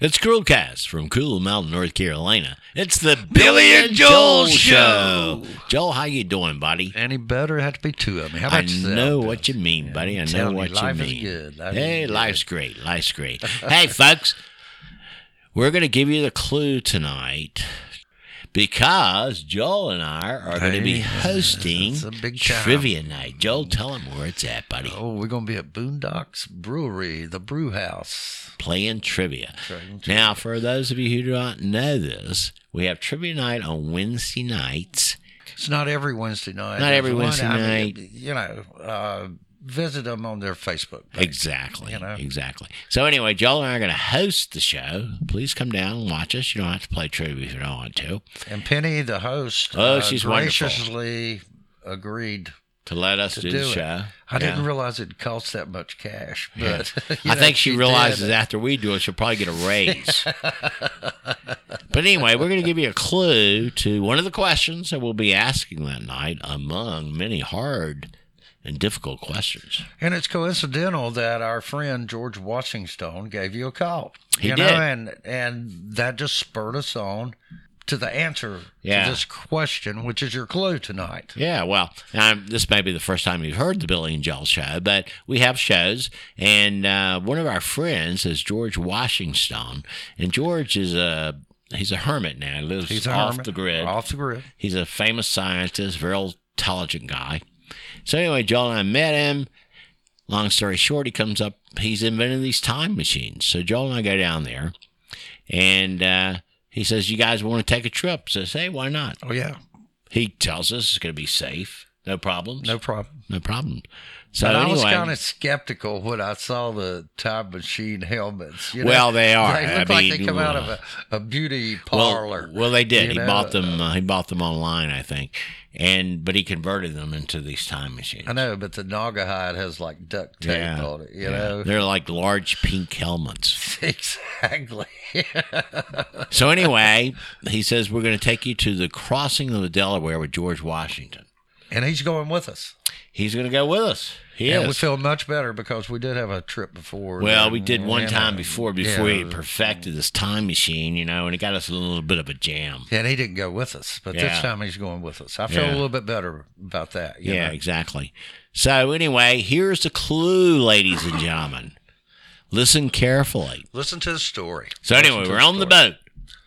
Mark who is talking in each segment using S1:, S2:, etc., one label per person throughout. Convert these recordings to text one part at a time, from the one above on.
S1: It's Cruelcast from Cool Mountain, North Carolina. It's the Billy and Joel Show. Joel, how you doing, buddy?
S2: Any better? It had to be two of me. How about
S1: I
S2: yourself,
S1: know
S2: Bill?
S1: what you mean,
S2: Yeah,
S1: buddy. I
S2: I'm
S1: know
S2: telling
S1: what you,
S2: life
S1: mean.
S2: Is good. Life is
S1: hey,
S2: good.
S1: life's great. Life's great. hey, folks, we're going to give you the clue tonight because Joel and I are going to be
S2: Hey,
S1: hosting
S2: that's a big time.
S1: trivia night. Joel, tell him where it's at, buddy.
S2: Oh, we're gonna be at Boondocks Brewery, the brew house.
S1: Playing trivia.
S2: Playing
S1: Now, for those of you who do not know this, we have trivia night on Wednesday nights.
S2: It's not every Wednesday night.
S1: Not
S2: If
S1: every
S2: you want,
S1: Wednesday
S2: I mean,
S1: night.
S2: You know, uh, visit them on their Facebook. page.
S1: Exactly.
S2: You know?
S1: Exactly. So anyway, Joel and I are going to host the show. Please come down and watch us. You don't have to play trivia if you don't want to.
S2: And Penny, the host,
S1: Oh,
S2: uh,
S1: she's wonderful.
S2: graciously agreed.
S1: To let us
S2: To
S1: do, the
S2: do it.
S1: show.
S2: I didn't
S1: Yeah.
S2: realize it cost that much cash,
S1: Yeah.
S2: but you
S1: I
S2: know,
S1: think she,
S2: did.
S1: realizes after we do it, she'll probably get a raise. but anyway, we're going to give you a clue to one of the questions that we'll be asking that night, among many hard and difficult questions.
S2: And it's coincidental that our friend George Washington gave you a call.
S1: He
S2: you
S1: did.
S2: know, and and that just spurred us on to the answer
S1: Yeah.
S2: to this question, which is your clue tonight.
S1: Yeah, well, um, this may be the first time you've heard the Billy and Joel show, but we have shows, and uh, one of our friends is George Washington, and George is a he's a hermit now. He lives
S2: He's a
S1: off
S2: hermit,
S1: the grid.
S2: Off the grid.
S1: He's a famous scientist, very intelligent guy. So anyway, Joel and I met him. Long story short, he comes up. He's invented these time machines. So Joel and I go down there, and uh, he says, "You guys want to take a trip?" So I say, "Why not?"
S2: Oh yeah,
S1: He tells us it's going to be safe, no problems,
S2: no problem.
S1: no problem. So
S2: but I was
S1: anyway,
S2: kind of skeptical when I saw the time machine helmets. You know?
S1: Well, they are.
S2: They
S1: I
S2: look like
S1: mean,
S2: they come out of
S1: uh,
S2: a, a beauty
S1: well,
S2: parlor.
S1: well, they did.
S2: you
S1: He
S2: know?
S1: bought them. Uh, he bought them online, I think, and but he converted them into these time machines.
S2: I know, but the Naga hide has like duct tape on it. You
S1: yeah.
S2: know,
S1: They're like large pink helmets.
S2: exactly.
S1: so anyway, he says we're going to take you to the crossing of the Delaware with George Washington.
S2: and he's going with us.
S1: He's going to go with us. He
S2: Yeah, we
S1: is.
S2: feel much better because we did have a trip before. uh,
S1: well,
S2: that,
S1: we did one
S2: you
S1: time
S2: know,
S1: before before he
S2: yeah.
S1: perfected this time machine, you know, and it got us in a little bit of a jam.
S2: And he didn't go with us, but
S1: Yeah.
S2: this time he's going with us. I feel
S1: Yeah.
S2: a little bit better about that. you
S1: Yeah,
S2: know.
S1: exactly. So anyway, here's the clue, ladies and gentlemen. Listen carefully.
S2: Listen to the story.
S1: So
S2: Listen
S1: anyway,
S2: to
S1: we're on the boat.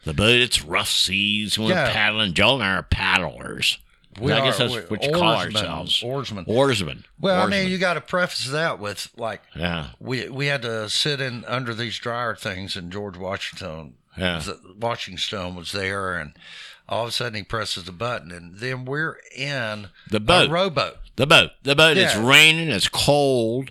S1: The boat, it's rough seas. We're
S2: Yeah.
S1: paddling. Joel and I are paddlers.
S2: We
S1: I guess
S2: are-
S1: that's
S2: we're
S1: what you call
S2: oarsmen,
S1: ourselves.
S2: oarsmen.
S1: Oarsmen.
S2: Well, I
S1: Oarsmen.
S2: mean, you got to preface that with like
S1: yeah.
S2: we we had to sit in under these dryer things, and George Washington,
S1: Yeah.
S2: was- Washington was there, and all of a sudden he presses the button, and then we're in
S1: The boat.
S2: a rowboat.
S1: The boat. The boat. It's
S2: Yeah.
S1: raining. It's cold.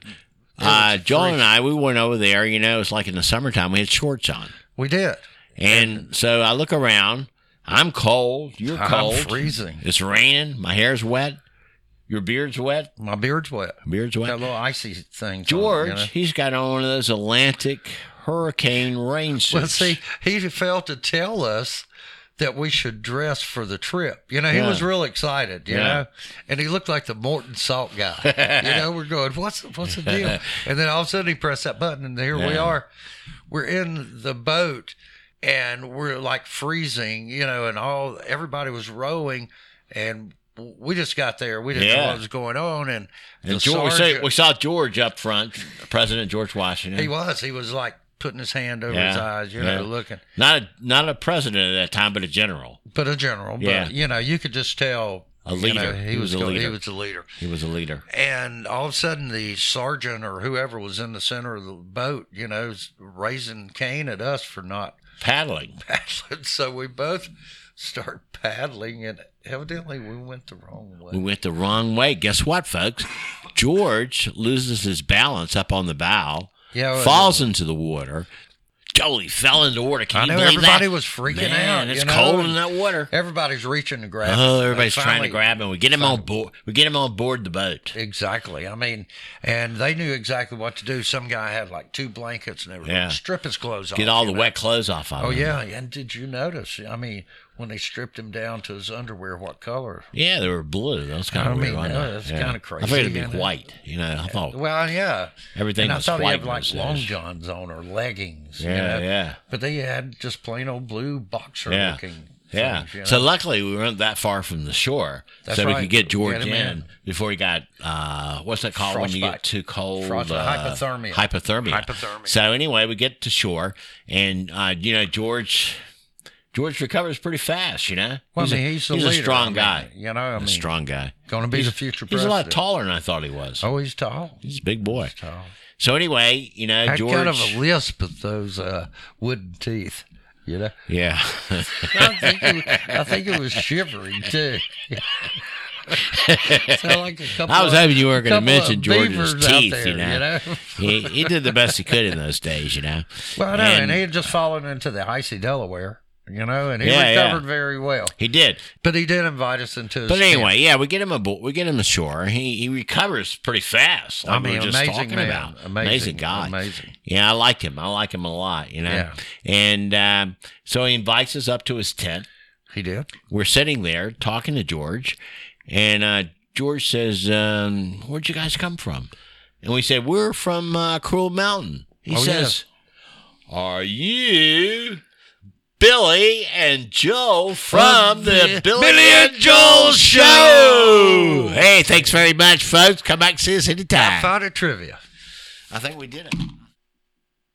S1: Uh, Joel and I, we went over there. You know, it's like in the summertime. We had shorts on,
S2: We did.
S1: and so I look around. I'm cold. You're cold.
S2: I'm freezing.
S1: It's raining. My hair's wet. Your beard's wet.
S2: My beard's wet.
S1: Beard's wet.
S2: Got little icy things. on,
S1: George,
S2: you know?
S1: he's got on one of those Atlantic hurricane rain suits.
S2: Well, see, he failed to tell us that we should dress for the trip. You know, he
S1: Yeah.
S2: was real excited, you
S1: Yeah.
S2: know, and he looked like the Morton Salt guy. you know, we're going, what's what's the deal? And then all of a sudden he pressed that button, and here we
S1: Yeah.
S2: are. We're in the boat, and we're like freezing, you know, and all everybody was rowing, and we just got there. We didn't know
S1: Yeah.
S2: what was going on, and, the
S1: And George, we, say,
S2: sergeant-
S1: we saw George up front, President George Washington.
S2: he was he was like putting his hand over his
S1: Yeah.
S2: eyes, you
S1: Yeah.
S2: know, looking.
S1: not a, not a president at that time, but a general.
S2: but a general. But
S1: Yeah.
S2: you know, you could just tell
S1: A
S2: you
S1: leader.
S2: know, he,
S1: He was
S2: was
S1: a
S2: go-
S1: leader.
S2: He was the leader.
S1: He was a leader.
S2: And all of a sudden, the sergeant or whoever was in the center of the boat, you know, is raising Cain at us for not
S1: Paddling.
S2: paddling. So we both start paddling, and evidently we went the wrong way.
S1: We went the wrong way. Guess what, folks? George loses his balance up on the bow,
S2: Oh, Yeah, well,
S1: falls into the water. Totally fell into water. Can
S2: I
S1: you
S2: know
S1: believe
S2: everybody
S1: that?
S2: was freaking
S1: Man,
S2: out.
S1: It's
S2: you know,
S1: cold
S2: and
S1: in that water.
S2: Everybody's reaching to grab.
S1: Oh,
S2: it.
S1: everybody's
S2: They
S1: trying to
S2: finally-
S1: grab him. We get him on board. We get him on board the boat.
S2: Exactly. I mean, and they knew exactly what to do. Some guy had like two blankets and everything.
S1: Yeah.
S2: Strip his clothes off.
S1: Get all
S2: you
S1: the
S2: know.
S1: wet clothes off of
S2: Oh
S1: him.
S2: yeah, and did you notice? I mean, when they stripped him down to his underwear, what color?
S1: Yeah, they were blue. That was kind
S2: I
S1: of weird.
S2: mean,
S1: wasn't
S2: uh,
S1: it?
S2: that's
S1: Yeah.
S2: kinda crazy,
S1: I figured it'd be
S2: isn't it?
S1: white. You know, I thought
S2: Well, yeah.
S1: everything
S2: and I
S1: was
S2: thought he
S1: white.
S2: had like
S1: those
S2: long
S1: days.
S2: johns on or leggings. you
S1: Yeah,
S2: know?
S1: yeah,
S2: But they had just plain old blue boxer
S1: Yeah.
S2: looking.
S1: yeah.
S2: things, you know?
S1: So luckily we weren't that far from the shore,
S2: That's
S1: so we
S2: right.
S1: could get George
S2: Get
S1: in,
S2: him in.
S1: before he got uh, what's that called when you get
S2: Frostbite.
S1: too cold?
S2: Frost-
S1: uh,
S2: hypothermia.
S1: Hypothermia.
S2: Hypothermia.
S1: So anyway, we get to shore, and uh, you know George, George recovers pretty fast. You know,
S2: well,
S1: he's,
S2: I mean,
S1: a,
S2: he's, the
S1: he's a
S2: leader, I
S1: strong
S2: mean,
S1: guy.
S2: You know, I
S1: a
S2: mean,
S1: strong guy.
S2: going to be the future
S1: He's a
S2: president.
S1: lot taller than I thought he was.
S2: Oh, he's tall.
S1: He's a big boy.
S2: Tall.
S1: So anyway, you know
S2: Had
S1: George.
S2: kind of a lisp with those uh, wooden teeth. You know,
S1: yeah.
S2: I think, it was, I think it was shivering too. Sound like a couple
S1: I was
S2: of-
S1: hoping you weren't going to
S2: couple of
S1: mention George's
S2: beavers out
S1: teeth.
S2: there,
S1: you know,
S2: you know?
S1: he, he did the best he could in those days. You know.
S2: Well, I know, and, he had just fallen into the icy Delaware, you know, and he
S1: Yeah, yeah.
S2: recovered very well.
S1: he did.
S2: But he did invite us into his
S1: But
S2: tent.
S1: anyway, yeah, we get him abo we get him ashore. He he recovers pretty fast. Like
S2: I mean,
S1: we were just
S2: amazing
S1: talking
S2: man.
S1: about
S2: Amazing,
S1: guy.
S2: amazing.
S1: Yeah, I like him. I like him a lot. You know.
S2: Yeah.
S1: And um, so he invites us up to his tent.
S2: he did.
S1: we're sitting there talking to George, and uh, George says, um, "Where'd you guys come from?" And we said, "We're from uh, Cruel Mountain." He
S2: Oh,
S1: says, "Are you Billy and Joe from,
S2: From
S1: the,
S2: the
S1: Billy,
S2: Billy
S1: and
S2: and
S1: Joel
S2: Joel
S1: Show?"
S2: Show.
S1: Ah. Hey, thanks very much, folks. Come back and see us anytime.
S2: Found a trivia.
S1: I think we did it.